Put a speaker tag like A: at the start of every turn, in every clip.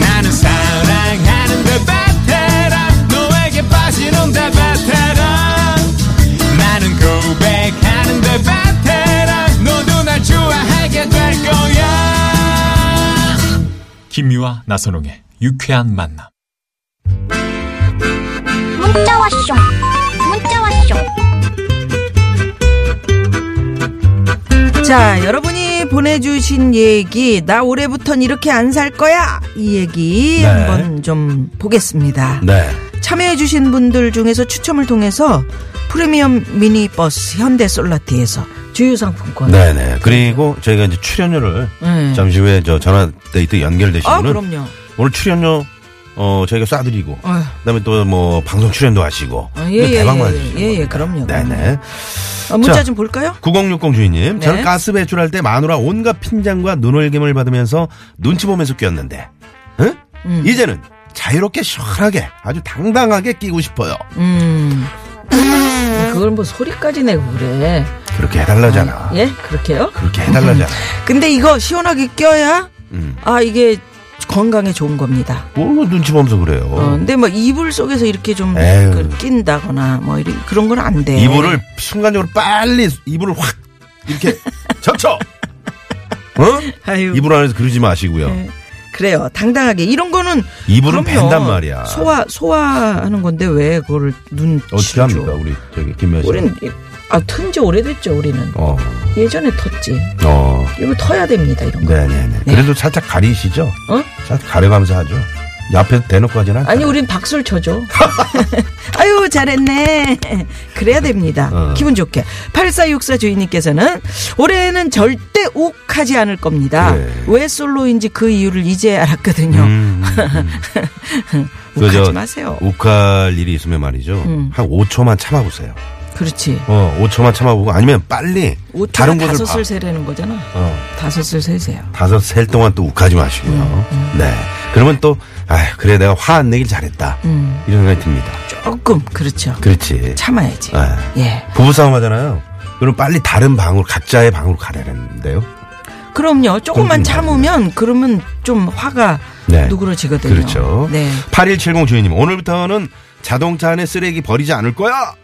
A: 나는 사랑하는데 베테랑 너에게 빠지는데 베테랑 나는 고백하는데 베테랑 너도 날 좋아하게 될 거야
B: 김미화 나선홍의 유쾌한 만남.
C: 문자 왔쇼 문자 왔쇼
D: 자, 여러분이 보내주신 얘기, 나 올해부턴 이렇게 안 살 거야! 이 얘기
E: 네.
D: 한번 좀 보겠습니다.
E: 네.
D: 참여해주신 분들 중에서 추첨을 통해서 프리미엄 미니버스 현대 솔라티에서 주유상품권.
E: 네네. 그리고 저희가 이제 출연료를
D: 네.
E: 잠시 후에 저 전화 데이트 연결되시면
D: 아, 그럼요.
E: 오늘 출연료 어 저희가 쏴드리고
D: 어휴.
E: 그다음에 또 뭐 방송 출연도 하시고
D: 아, 예,
E: 근데
D: 예,
E: 대박만
D: 예,
E: 하시는
D: 예, 예,
E: 겁니다.
D: 그럼요.
E: 네네.
D: 어, 문자
E: 자.
D: 좀 볼까요?
E: 9060 주인님,
D: 네.
E: 저는 가스 배출할 때 마누라 온갖 핀장과 눈월김을 받으면서 눈치 보면서 끼었는데, 응?
D: 음.
E: 이제는 자유롭게 시원하게 아주 당당하게 끼고 싶어요.
D: 음. 그걸 뭐 소리까지 내고 그래.
E: 그렇게 해달라잖아.
D: 예? 그렇게요?
E: 그렇게 해달라잖아.
D: 근데 이거 시원하게 껴야,
E: 음.
D: 아, 이게 건강에 좋은 겁니다.
E: 뭘 눈치 보면서 그래요.
D: 어, 근데 뭐 이불 속에서 이렇게 좀
E: 에휴.
D: 그 낀다거나 뭐 이런 그런 건 안 돼.
E: 이불을 순간적으로 빨리 이불을 확 이렇게 젖혀. 어?
D: 아유.
E: 이불 안에서 그러지 마시고요.
D: 그래요. 당당하게 이런 거는
E: 이불은
D: 그럼요.
E: 뺀단 말이야.
D: 소화 소화하는 건데 왜 그거를 눈
E: 어떻게 합니까, 우리 저기 김미아 씨?
D: 우리는 아튼지 오래됐죠. 우리는
E: 어,
D: 예전에 텄지.
E: 어,
D: 이거 터야 됩니다. 이런 거.
E: 네네네. 그래도 살짝 가리시죠?
D: 어?
E: 살짝 가려가면서 하죠. 옆에 대놓고 하진 않죠.
D: 아니 우린 박수를 쳐줘. 아유 잘했네. 그래야 됩니다.
E: 어.
D: 기분 좋게. 8464 주인님께서는 올해는 절대 욱하지 않을 겁니다.
E: 그래.
D: 왜 솔로인지 그 이유를 이제 알았거든요.
E: 네. 음, 음. 그
D: 욱하지
E: 저
D: 마세요. 음.
E: 욱할 일이 있으면 말이죠. 한 5초만 참아보세요.
D: 그렇지.
E: 어, 5초만 참아보고 아니면 빨리
D: 오초
E: 다른
D: 가
E: 곳을
D: 다섯을
E: 봐.
D: 세라는 거잖아.
E: 어.
D: 다섯을 세세요.
E: 다섯 셀 동안 또 욱하지 마시고요.
D: 음,
E: 네. 그러면 또, 아 그래, 내가 화 안 내길 잘했다.
D: 음.
E: 이런 생각이 듭니다.
D: 조금 그렇죠.
E: 그렇지.
D: 참아야지.
E: 네.
D: 예.
E: 부부싸움 하잖아요. 그럼 빨리 다른 방으로, 각자의 방으로 가려는데요.
D: 그럼요. 조금만
E: 그건 좀
D: 참으면 그러면 좀 화가
E: 네.
D: 누그러지거든요.
E: 그렇죠.
D: 네.
E: 8170 주인님, 오늘부터는 자동차 안에 쓰레기 버리지 않을 거야!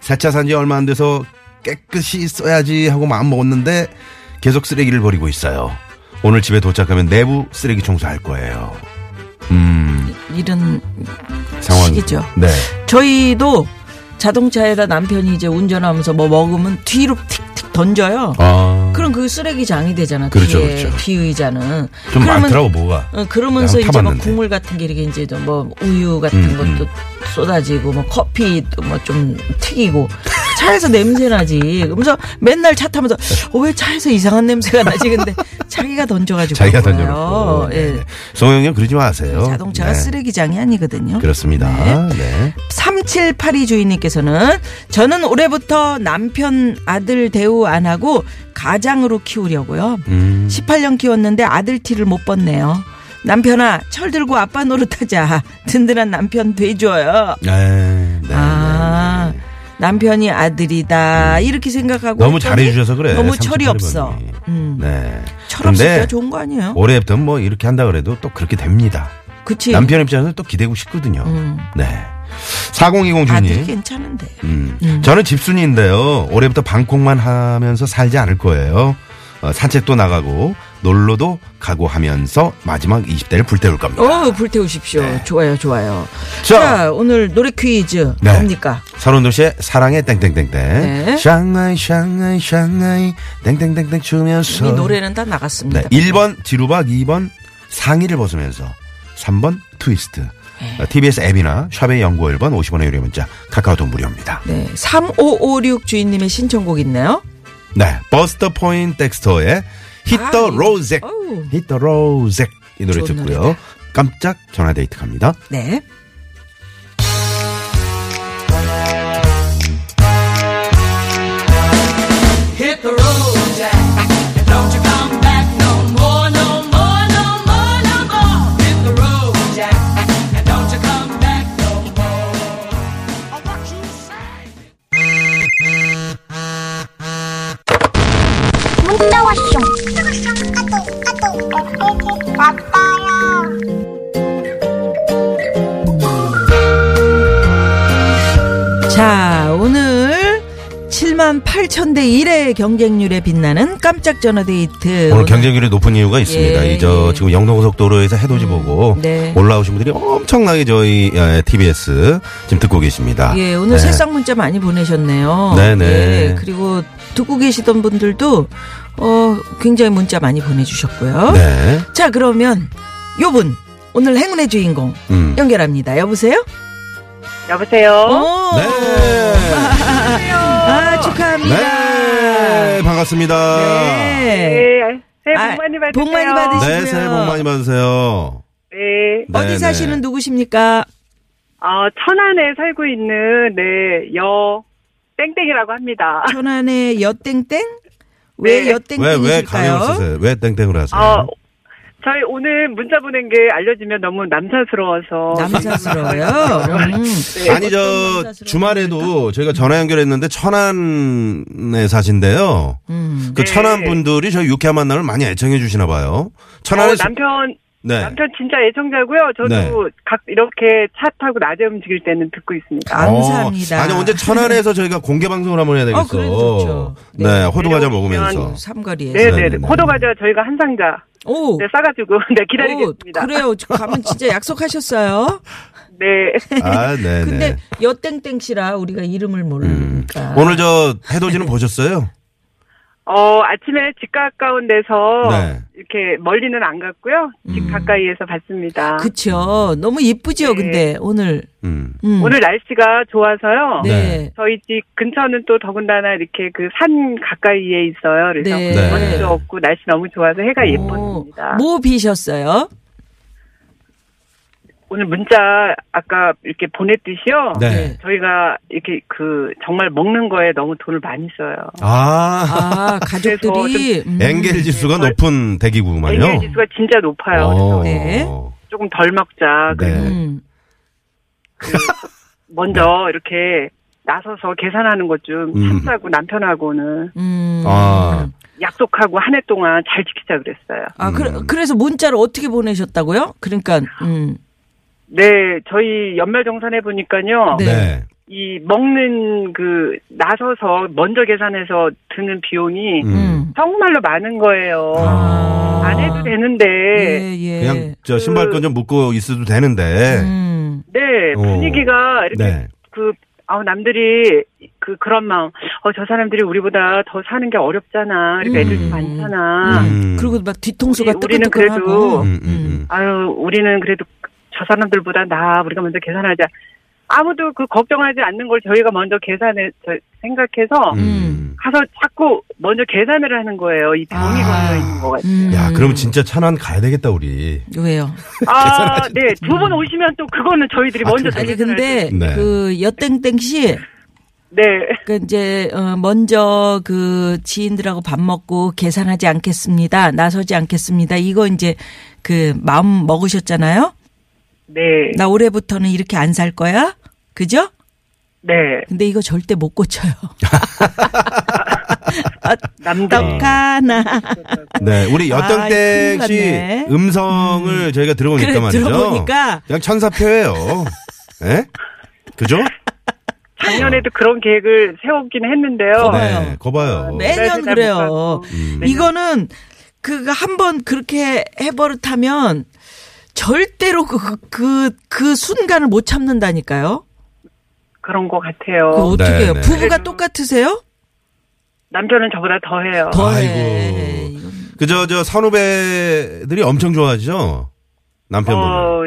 E: 세차 산지 얼마 안 돼서 깨끗이 써야지 하고 마음 먹었는데 계속 쓰레기를 버리고 있어요. 오늘 집에 도착하면 내부 쓰레기 청소할 거예요. 음,
D: 이런
E: 상황.
D: 시기죠.
E: 네.
D: 저희도 자동차에다 남편이 이제 운전하면서 뭐 먹으면 뒤로 틱틱 던져요.
E: 아.
D: 그럼 그 쓰레기장이 되잖아.
E: 그렇죠,
D: 뒤에
E: 그렇죠.
D: 뒤의자는.
E: 좀 많더라고, 뭐가.
D: 어, 그러면서
E: 나는
D: 이제 막
E: 타봤는데.
D: 국물 같은 게 이렇게 이제 좀 뭐 우유 같은
E: 음,
D: 것도 쏟아지고 뭐 커피도 뭐 좀 튀기고 차에서 냄새 나지. 그러면서 맨날 차 타면서 어, 왜 차에서 이상한 냄새가 나지? 근데 자기가 던져가지고.
E: 자기가
D: 그런 거예요.
E: 던져놓고.
D: 예.
E: 네. 송영님 그러지 마세요.
D: 자동차가
E: 네.
D: 쓰레기장이 아니거든요.
E: 그렇습니다. 네.
D: 3782 주인님께서는 저는 올해부터 남편 아들 대우 안 하고 가장으로 키우려고요.
E: 음.
D: 18년 키웠는데 아들 티를 못 벗네요. 남편아 철 들고 아빠 노릇하자. 든든한 남편 돼줘요.
E: 네. 네.
D: 아 남편이 아들이다 이렇게 생각하고
E: 너무
D: 했더니
E: 잘해주셔서 그래.
D: 너무 철이
E: 38
D: 없어.
E: 번이.
D: 음.
E: 네.
D: 철 없을
E: 근데
D: 때가 좋은 거 아니에요?
E: 올해부터 뭐 이렇게 한다 그래도 또 그렇게 됩니다.
D: 그치?
E: 남편 입장에서는 또 기대고 싶거든요. 네. 4020
D: 음. 아들
E: 주님.
D: 괜찮은데.
E: 음. 저는 집순이인데요. 올해부터 방콕만 하면서 살지 않을 거예요. 어, 산책도 나가고 놀러도 가고 하면서 마지막 20대를 불태울 겁니다.
D: 어 불태우십시오.
E: 네.
D: 네. 좋아요 좋아요.
E: 자.
D: 자 오늘 노래 퀴즈
E: 네.
D: 뭡니까?
E: 서른도시의 사랑의 땡땡땡땡.
D: 네.
E: 샹하이 샹하이 샹하이 땡땡땡땡 추면서.
D: 이 노래는 다
E: 네.
D: 나갔습니다.
E: 1번 지루박, 2번 상의를 벗으면서, 3번 트위스트.
D: 네.
E: 어, TBS 앱이나 샵의 연구 1번 50원의 유료 문자 카카오톡 무료입니다.
D: 네. 3556 주인님의 신청곡 있네요.
E: 네. 버스터 포인 텍스터의
D: 아,
E: 히터
D: 이거-
E: 로잭.
D: 어우.
E: 히터 로잭. 이 노래
D: 좋은
E: 듣고요.
D: 노래다.
E: 깜짝 전화 데이트 갑니다.
D: 네.
A: Hit the road Jack and don't you
C: 문자 왔쇼
D: 자, 오늘 7만 8천 대 1의 경쟁률에 빛나는 깜짝 전화 데이트.
E: 오늘 경쟁률이 높은 이유가 있습니다.
D: 네, 예,
E: 이 저
D: 예.
E: 지금 영동고속도로에서 해돋이 보고
D: 네.
E: 올라오신 분들이 엄청나게 저희 예, TBS 지금 듣고 계십니다.
D: 예, 오늘
E: 네.
D: 새싹 문자 많이 보내셨네요.
E: 네네.
D: 예, 그리고 듣고 계시던 분들도 어, 굉장히 문자 많이 보내주셨고요.
E: 네.
D: 자, 그러면 요분 오늘 행운의 주인공
E: 음.
D: 연결합니다. 여보세요? 어.
F: 여보세요.
D: 오.
E: 네.
D: 아, 축하합니다.
E: 네. 반갑습니다. 네.
D: 네.
F: 네. 새해
D: 아,
F: 복 많이 받으세요.
D: 복 많이 받으시-
E: 새해 복 많이 받으세요.
F: 네.
E: 네,
D: 어디
E: 네.
D: 사시는 누구십니까?
F: 어, 천안에 살고 있는 네, 여 땡땡이라고 합니다.
D: 천안의 여땡땡? 왜
F: 네.
E: 왜,
D: 여땡땡이실까요?
E: 왜 강요를 쓰세요? 왜 땡땡을 하세요?
F: 어, 저희 오늘 문자 보낸 게 알려지면 너무 남사스러워서 어,
D: 남사스러워요. 음.
F: 네.
E: 아니,
D: 어떤
E: 저,
D: 남사스러운
E: 주말에도 저희가 전화 연결했는데 천안에 사신데요.
D: 음.
E: 그
F: 네.
E: 천안 분들이 저희 유쾌한 만남을 많이 애청해 주시나 봐요. 천안에
F: 어, 남편
E: 네.
F: 남편 진짜 애청자고요. 저도 각 이렇게 차 타고 낮에 움직일 때는 듣고 있습니다.
D: 감사합니다.
E: 어, 아니 언제 천안에서 저희가 공개 방송을 한번 해야 되겠어.
D: 어, 그래도 좋죠.
E: 네, 호두 과자 먹으면서.
F: 내려오시면
D: 어, 삼거리에서.
F: 네,
E: 네,
F: 네,
E: 네,
F: 네.
E: 네.
F: 포도 과자 저희가 한 상자
D: 오.
F: 네, 싸가지고 네, 기다리겠습니다.
D: 오, 어. 그래요. 저 가면 진짜 약속하셨어요.
F: 네,
E: 아,
D: 근데
E: 네,
D: 그러니까.
E: 네.
D: 여땡땡 씨라 우리가 이름을
E: 음.
D: 모르니까.
E: 오늘 저 해돋이는 보셨어요?
F: 어 아침에 집 가까운 데서
E: 네.
F: 이렇게 멀리는 안 갔고요. 집 가까이에서 봤습니다.
D: 음. 그쵸. 너무 이쁘지요. 근데 오늘.
E: 음.
D: 음.
F: 네. 오늘 날씨가 좋아서요.
D: 네.
F: 저희 집 근처는 또 더군다나 이렇게 그 산 가까이에 있어요. 그래서
D: 네.
F: 먼지도 없고 날씨 너무 좋아서 해가
D: 오,
F: 예뻤습니다.
D: 뭐 비셨어요?
F: 오늘 문자 아까 이렇게 보냈듯이요.
E: 네.
F: 저희가 이렇게 그 정말 먹는 거에 너무 돈을 많이 써요.
E: 아,
D: 아, 가족들이. 음.
E: engel 지수가 높은 대기구만요.
F: 엔겔 지수가 진짜 높아요.
E: 어.
F: 그래서
D: 네.
F: 조금 덜 먹자. 그
E: 네.
D: 음.
F: 먼저 이렇게 나서서 계산하는 것좀
E: 네. 음.
F: 참자고 남편하고는
D: 음.
E: 아,
F: 약속하고 한 해 동안 잘 지키자 그랬어요.
D: 아,
E: 음.
D: 그래, 그래서 문자를 어떻게 보내셨다고요? 그러니까, 음.
F: 네, 저희 연말정산해 보니까요.
D: 네.
E: 네.
F: 이 먹는 그 나서서 먼저 계산해서 드는 비용이
E: 음.
D: 음.
F: 정말로 많은 거예요.
E: 아.
F: 안 해도 되는데,
D: 예, 예.
E: 그냥 저 신발끈 좀 묶고 있어도 되는데.
D: 음.
F: 네,
E: 오.
F: 분위기가 이렇게
E: 네.
F: 그, 아우, 남들이 그, 그런 마음, 어, 저 사람들이 우리보다 더 사는 게 어렵잖아. 그러니까 애들 좀 많잖아.
E: 음.
D: 그리고 막 뒤통수가
F: 우리- 우리는
D: 뜨끈뜨끈하고.
F: 그래도-
E: 음, 음,
F: 아유, 우리는 그래도 저 사람들보다 나, 우리가 먼저 계산하자. 아무도 그 걱정하지 않는 걸 저희가 먼저 계산해, 저- 생각해서
E: 음. 음.
F: 가서 자꾸 먼저 계산을 하는 거예요. 이 병이
E: 아.
F: 걸려 있는 것 같아요.
D: 음.
E: 야, 그럼 진짜 천안 가야 되겠다, 우리.
D: 왜요?
F: 아, 네. 두 분 오시면 또 그거는 저희들이 먼저
D: 음. 아니
F: 계산을 할 때-
D: 근데
E: 네.
D: 그 여땡땡 씨,
F: 네.
D: 그 이제 어 먼저 그 지인들하고 밥 먹고 계산하지 않겠습니다, 나서지 않겠습니다. 이거 이제 그 마음 먹으셨잖아요.
F: 네.
D: 나 올해부터는 이렇게 안 살 거야, 그죠?
F: 네.
D: 근데 이거 절대 못 고쳐요.
E: 네.
D: 네.
F: 남들.
D: 떡하나.
E: 네, 우리
D: 아이,
E: 여땡땡
D: 큰일
E: 씨
D: 났네.
E: 음성을 저희가 들어보니까
D: 그래,
E: 말이죠.
D: 들어보니까.
E: 그냥 천사표예요. 예? 그죠?
F: 작년에도 그런 계획을 세우긴
D: 어,
F: 했는데요.
E: 네, 거봐요. 음.
D: 매년
F: 날도 잘
D: 그래요.
F: 못 가고.
D: 어,
E: 네.
D: 이거는 그 한 번 그렇게 해버릇하면 절대로 그, 그, 그 순간을 못 참는다니까요.
F: 그런 것
D: 그
F: 같아요.
D: 어떻게 해요?
E: 네, 네.
D: 부부가 똑같으세요?
F: 남편은 저보다 더 해요.
D: 더해.
E: 아이고. 그저 저 선후배들이 엄청 좋아하죠. 남편분을.
F: 어,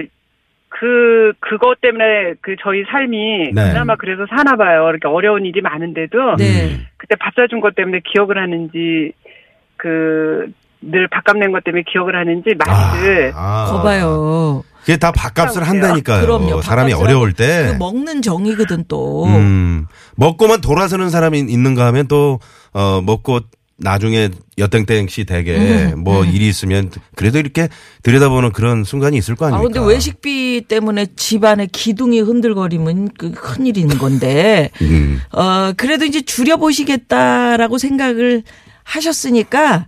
F: 그, 그것 때문에 그 저희 삶이
E: 네.
F: 그나마 그래서 사나 봐요. 이렇게 어려운 일이 많은데도
D: 네.
E: 음.
F: 그때 밥 사준 것 때문에 기억을 하는지 그, 늘 밥값 낸 것 때문에 기억을 하는지 많이들
E: 아,
D: 거봐요.
E: 그게 다 밥값을 한다니까요.
D: 그럼요.
E: 사람이
D: 밥값이라고
E: 어려울 때.
D: 그 먹는 정이거든 또.
E: 네. 음, 먹고만 돌아서는 사람이 있는가 하면 또, 어, 먹고 나중에 여땡땡 씨 댁에
D: 음.
E: 뭐 일이 있으면 그래도 이렇게 들여다보는 그런 순간이 있을 거
D: 아,
E: 아닙니까?
D: 근데 외식비 때문에 집안에 기둥이 흔들거리면 그 큰일인 건데,
E: 음.
D: 어, 그래도 이제 줄여보시겠다라고 생각을 하셨으니까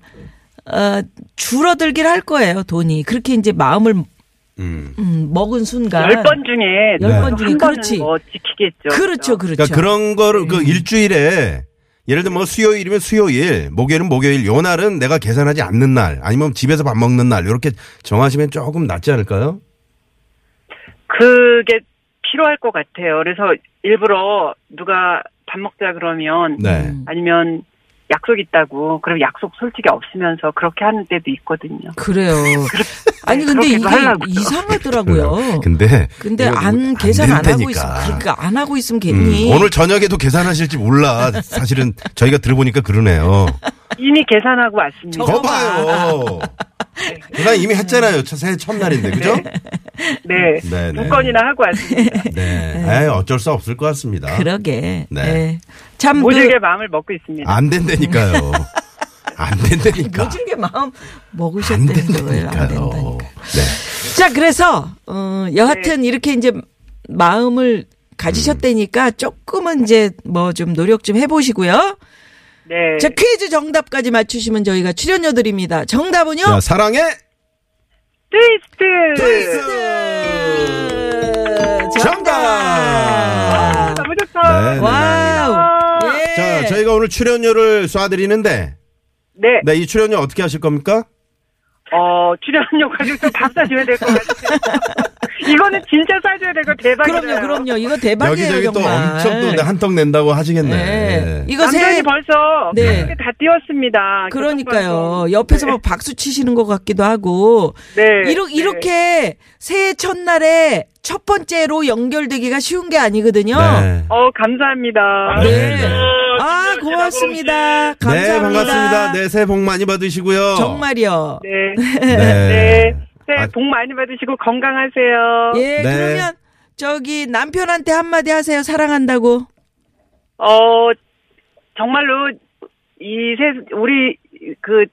D: 어, 줄어들긴 할 거예요 돈이 그렇게 이제 마음을
E: 음.
D: 음, 먹은 순간
F: 열 번 중에
D: 네. 열번
F: 한
D: 중에
F: 번은
D: 그렇지.
F: 뭐 지키겠죠.
D: 그렇죠 그렇죠 음.
E: 그러니까 그런 거를 그 일주일에 예를 들면 뭐 수요일이면 수요일, 목요일은 목요일, 요 날은 내가 계산하지 않는 날, 아니면 집에서 밥 먹는 날 이렇게 정하시면 조금 낫지 않을까요?
F: 그게 필요할 것 같아요. 그래서 일부러 누가 밥 먹자 그러면
E: 네.
F: 아니면 약속 있다고 그럼 약속 솔직히 없으면서 그렇게 하는 때도 있거든요.
D: 그래요 아니 근데
F: 그렇게도
D: 이게
F: 하려고요.
D: 이상하더라고요
E: 음. 근데
D: 근데
E: 이거
D: 안
E: 안
D: 계산 안 하고
E: 된다니까.
D: 있으면 그러니까 안 하고 있으면
E: 음,
D: 괜히
E: 오늘 저녁에도 계산하실지 몰라. 사실은 저희가 들어보니까 그러네요.
F: 이미 계산하고 왔습니다.
D: 저거
E: 거 봐요. 누나 이미 했잖아요. 첫- 새해 첫날인데 그죠?
F: 네.
E: 네, 네.
F: 두 건이나 하고 왔습니다.
E: 네. 에이, 어쩔 수 없을 것 같습니다.
D: 그러게
E: 네.
D: 예. 참 그-
F: 모질게 마음을 먹고
D: 아,
F: 있습니다.
E: 안 된다니까요. 안 된다니까.
D: 모질게 마음
E: 안
D: 먹으셨다는 거예요 안
E: 된다니까요.
D: 된다니까
E: 네.
D: 자, 그래서 어, 여하튼
F: 네.
D: 이렇게 이제 마음을
E: 음.
D: 가지셨다니까 조금은 이제 뭐 좀 노력 좀 해보시고요.
F: 네.
D: 자, 퀴즈 정답까지 맞추시면 저희가 출연료 드립니다. 정답은요?
E: 자, 사랑해.
F: 트위스트!
D: 트위스트!
E: 정답!
D: 정답!
F: 아, 너무 좋다.
E: 네, 네,
D: 와우! 아. 예.
E: 아. 자, 저희가 오늘 출연료를 쏴드리는데,
F: 네.
E: 네, 이 출연료 어떻게 하실 겁니까?
F: 어, 출연료 가지고 좀밥 사줘야 될 것 같아요. 이거는 진짜 사줘야 되고 대박이에요.
D: 그럼요, 그럼요. 이거 대박이에요,
E: 여기저기 또
D: 정말.
E: 엄청 또 한턱 낸다고 하시겠네.
D: 네. 이거
F: 남편이
D: 새
F: 벌써
D: 네.
F: 네. 다 띄웠습니다.
D: 그러니까요.
F: 교통방송.
D: 옆에서 뭐- 막 박수 치시는 것 같기도 하고.
F: 네.
D: 이러,
F: 네.
D: 이렇게 새해 첫날에 첫 번째로 연결되기가 쉬운 게 아니거든요.
E: 네.
F: 어, 감사합니다.
E: 네. 네.
D: 아, 고맙습니다. 감사합니다.
E: 네, 반갑습니다. 네, 새해 복 많이 받으시고요.
D: 정말이요.
F: 네.
E: 네.
F: 네. 새해
E: 아,
F: 복 많이 받으시고 건강하세요.
D: 예,
E: 네.
D: 그러면 저기 남편한테 한마디 하세요. 사랑한다고.
F: 어, 정말로 이 세, 우리 그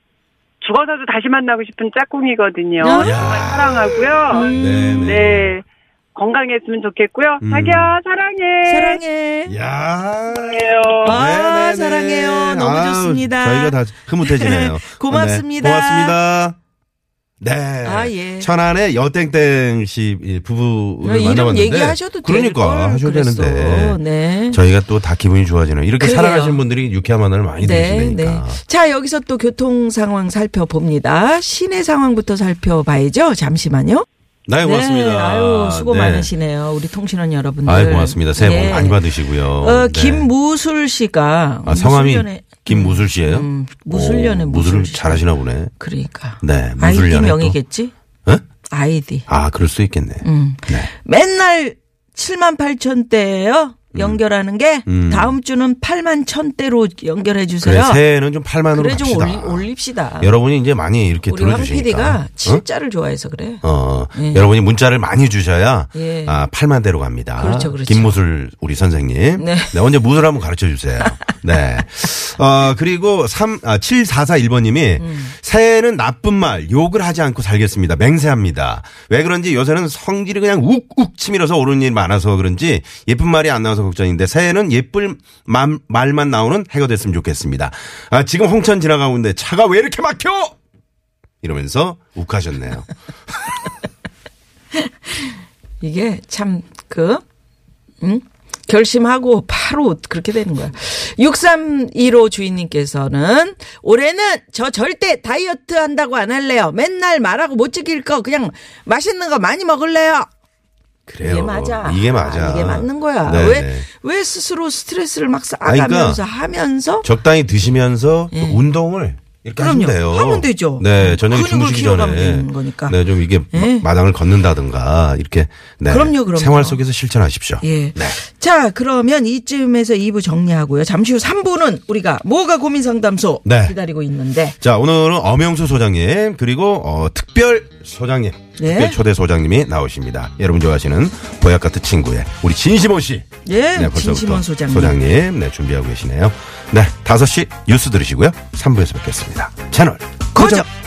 F: 죽어서도 다시 만나고 싶은 짝꿍이거든요. 정말 사랑하고요.
E: 네, 네.
F: 음. 네. 건강했으면 좋겠고요.
E: 음.
F: 자기야, 사랑해. 네.
D: 사랑해.
E: 예, 네. 야.
F: 사랑해요.
D: 아, 사랑해요. 너무
E: 아우,
D: 좋습니다.
E: 저희가 다 흐뭇해지네요.
D: 고맙습니다.
E: 네, 고맙습니다. 네.
D: 아, 예.
E: 천안의 여땡땡 씨 이 부부를
D: 이름
E: 만나봤는데
D: 얘기하셔도 될
E: 그러니까
D: 걸
E: 하셔야
D: 그랬어.
E: 되는데.
D: 네.
E: 저희가 또 다 기분이 좋아지네요. 이렇게
D: 그래요.
E: 사랑하시는 분들이 유쾌한 만남을 많이 들으시니까.
D: 네, 자, 여기서 또 교통 상황 살펴봅니다. 시내 상황부터 살펴봐야죠. 잠시만요.
E: 네, 고맙습니다.
D: 네, 아유, 수고
E: 네.
D: 많으시네요. 우리 통신원 여러분들.
E: 아유, 고맙습니다. 새해 복
D: 예.
E: 많이 받으시고요.
D: 어,
E: 네.
D: 김무술 씨가
E: 아, 성함이
D: 무술년에-
E: 김무술 씨예요
D: 음, 무술년에
E: 오,
D: 무술
E: 무술을
D: 씨.
E: 잘하시나 보네.
D: 그러니까.
E: 네,
D: 아이디
E: 무술년에 또.
D: 명이겠지?
E: 어?
D: 아이디.
E: 아, 그럴 수 있겠네.
D: 음. 맨날 7만 8천 대예요. 연결하는 게
E: 음.
D: 다음 주는 8만 천 대로 연결해
E: 그래,
D: 주세요.
E: 새해는 좀 8만으로
D: 그래
E: 갑시다.
D: 좀 올리, 올립시다.
E: 여러분이 이제 많이 이렇게
D: 우리 황 PD가
E: 들어주시니까.
D: 진짜를 좋아해서 그래.
E: 어? 어,
D: 예.
E: 여러분이 문자를 많이 주셔야
D: 예.
E: 아, 8만 대로 갑니다.
D: 그렇죠, 그렇죠.
E: 김무술 우리 선생님.
D: 네.
E: 언제 무술 한번 가르쳐 주세요. 네. 어, 그리고 3 아, 7441번 님이
D: 음.
E: 새해는 나쁜 말, 욕을 하지 않고 살겠습니다. 맹세합니다. 왜 그런지 요새는 성질이 그냥 욱욱 치밀어서 오르는 일 많아서 그런지 예쁜 말이 안 나와서 걱정인데 새해는 예쁜 맘- 말만 나오는 해가 됐으면 좋겠습니다. 아, 지금 홍천 지나가고 있는데 차가 왜 이렇게 막혀? 이러면서 욱하셨네요.
D: 이게 참 그, 응? 결심하고 바로 그렇게 되는 거야. 6315 주인님께서는 올해는 저 절대 다이어트 한다고 안 할래요. 맨날 말하고 못 지킬 거 그냥 맛있는 거 많이 먹을래요.
E: 그래요.
D: 이게 맞아.
E: 이게 맞아.
D: 아, 이게 맞는 거야.
E: 네,
D: 왜,
E: 네.
D: 왜 스스로 스트레스를 막
E: 아니, 그러니까
D: 쌓아가면서 하면서
E: 적당히 드시면서 또
D: 예.
E: 운동을 이렇게
D: 그럼요.
E: 하면 돼요.
D: 하면 되죠.
E: 네, 저녁에
D: 근육을
E: 주무시기
D: 키워가면
E: 전에
D: 되는 거니까.
E: 네, 좀 이게
D: 예.
E: 마- 마당을 걷는다든가 이렇게 네.
D: 그럼요, 그럼요.
E: 생활 속에서 실천하십시오.
D: 예.
E: 네.
D: 자, 그러면 이쯤에서 2부 정리하고요. 잠시 후 3부는 우리가 뭐가 고민 상담소
E: 네.
D: 기다리고 있는데
E: 자, 오늘은 엄영수 소장님 그리고 어, 특별 소장님,
D: 예.
E: 특별 초대 소장님이 나오십니다. 여러분 좋아하시는 보약 같은 친구의 우리 진심원 씨.
D: 예,
E: 네, 벌써부터
D: 진심원 소장님.
E: 소장님, 네, 준비하고 계시네요. 네, 5시 뉴스 들으시고요. 3부에서 뵙겠습니다. 채널
D: 고정.
E: 고정.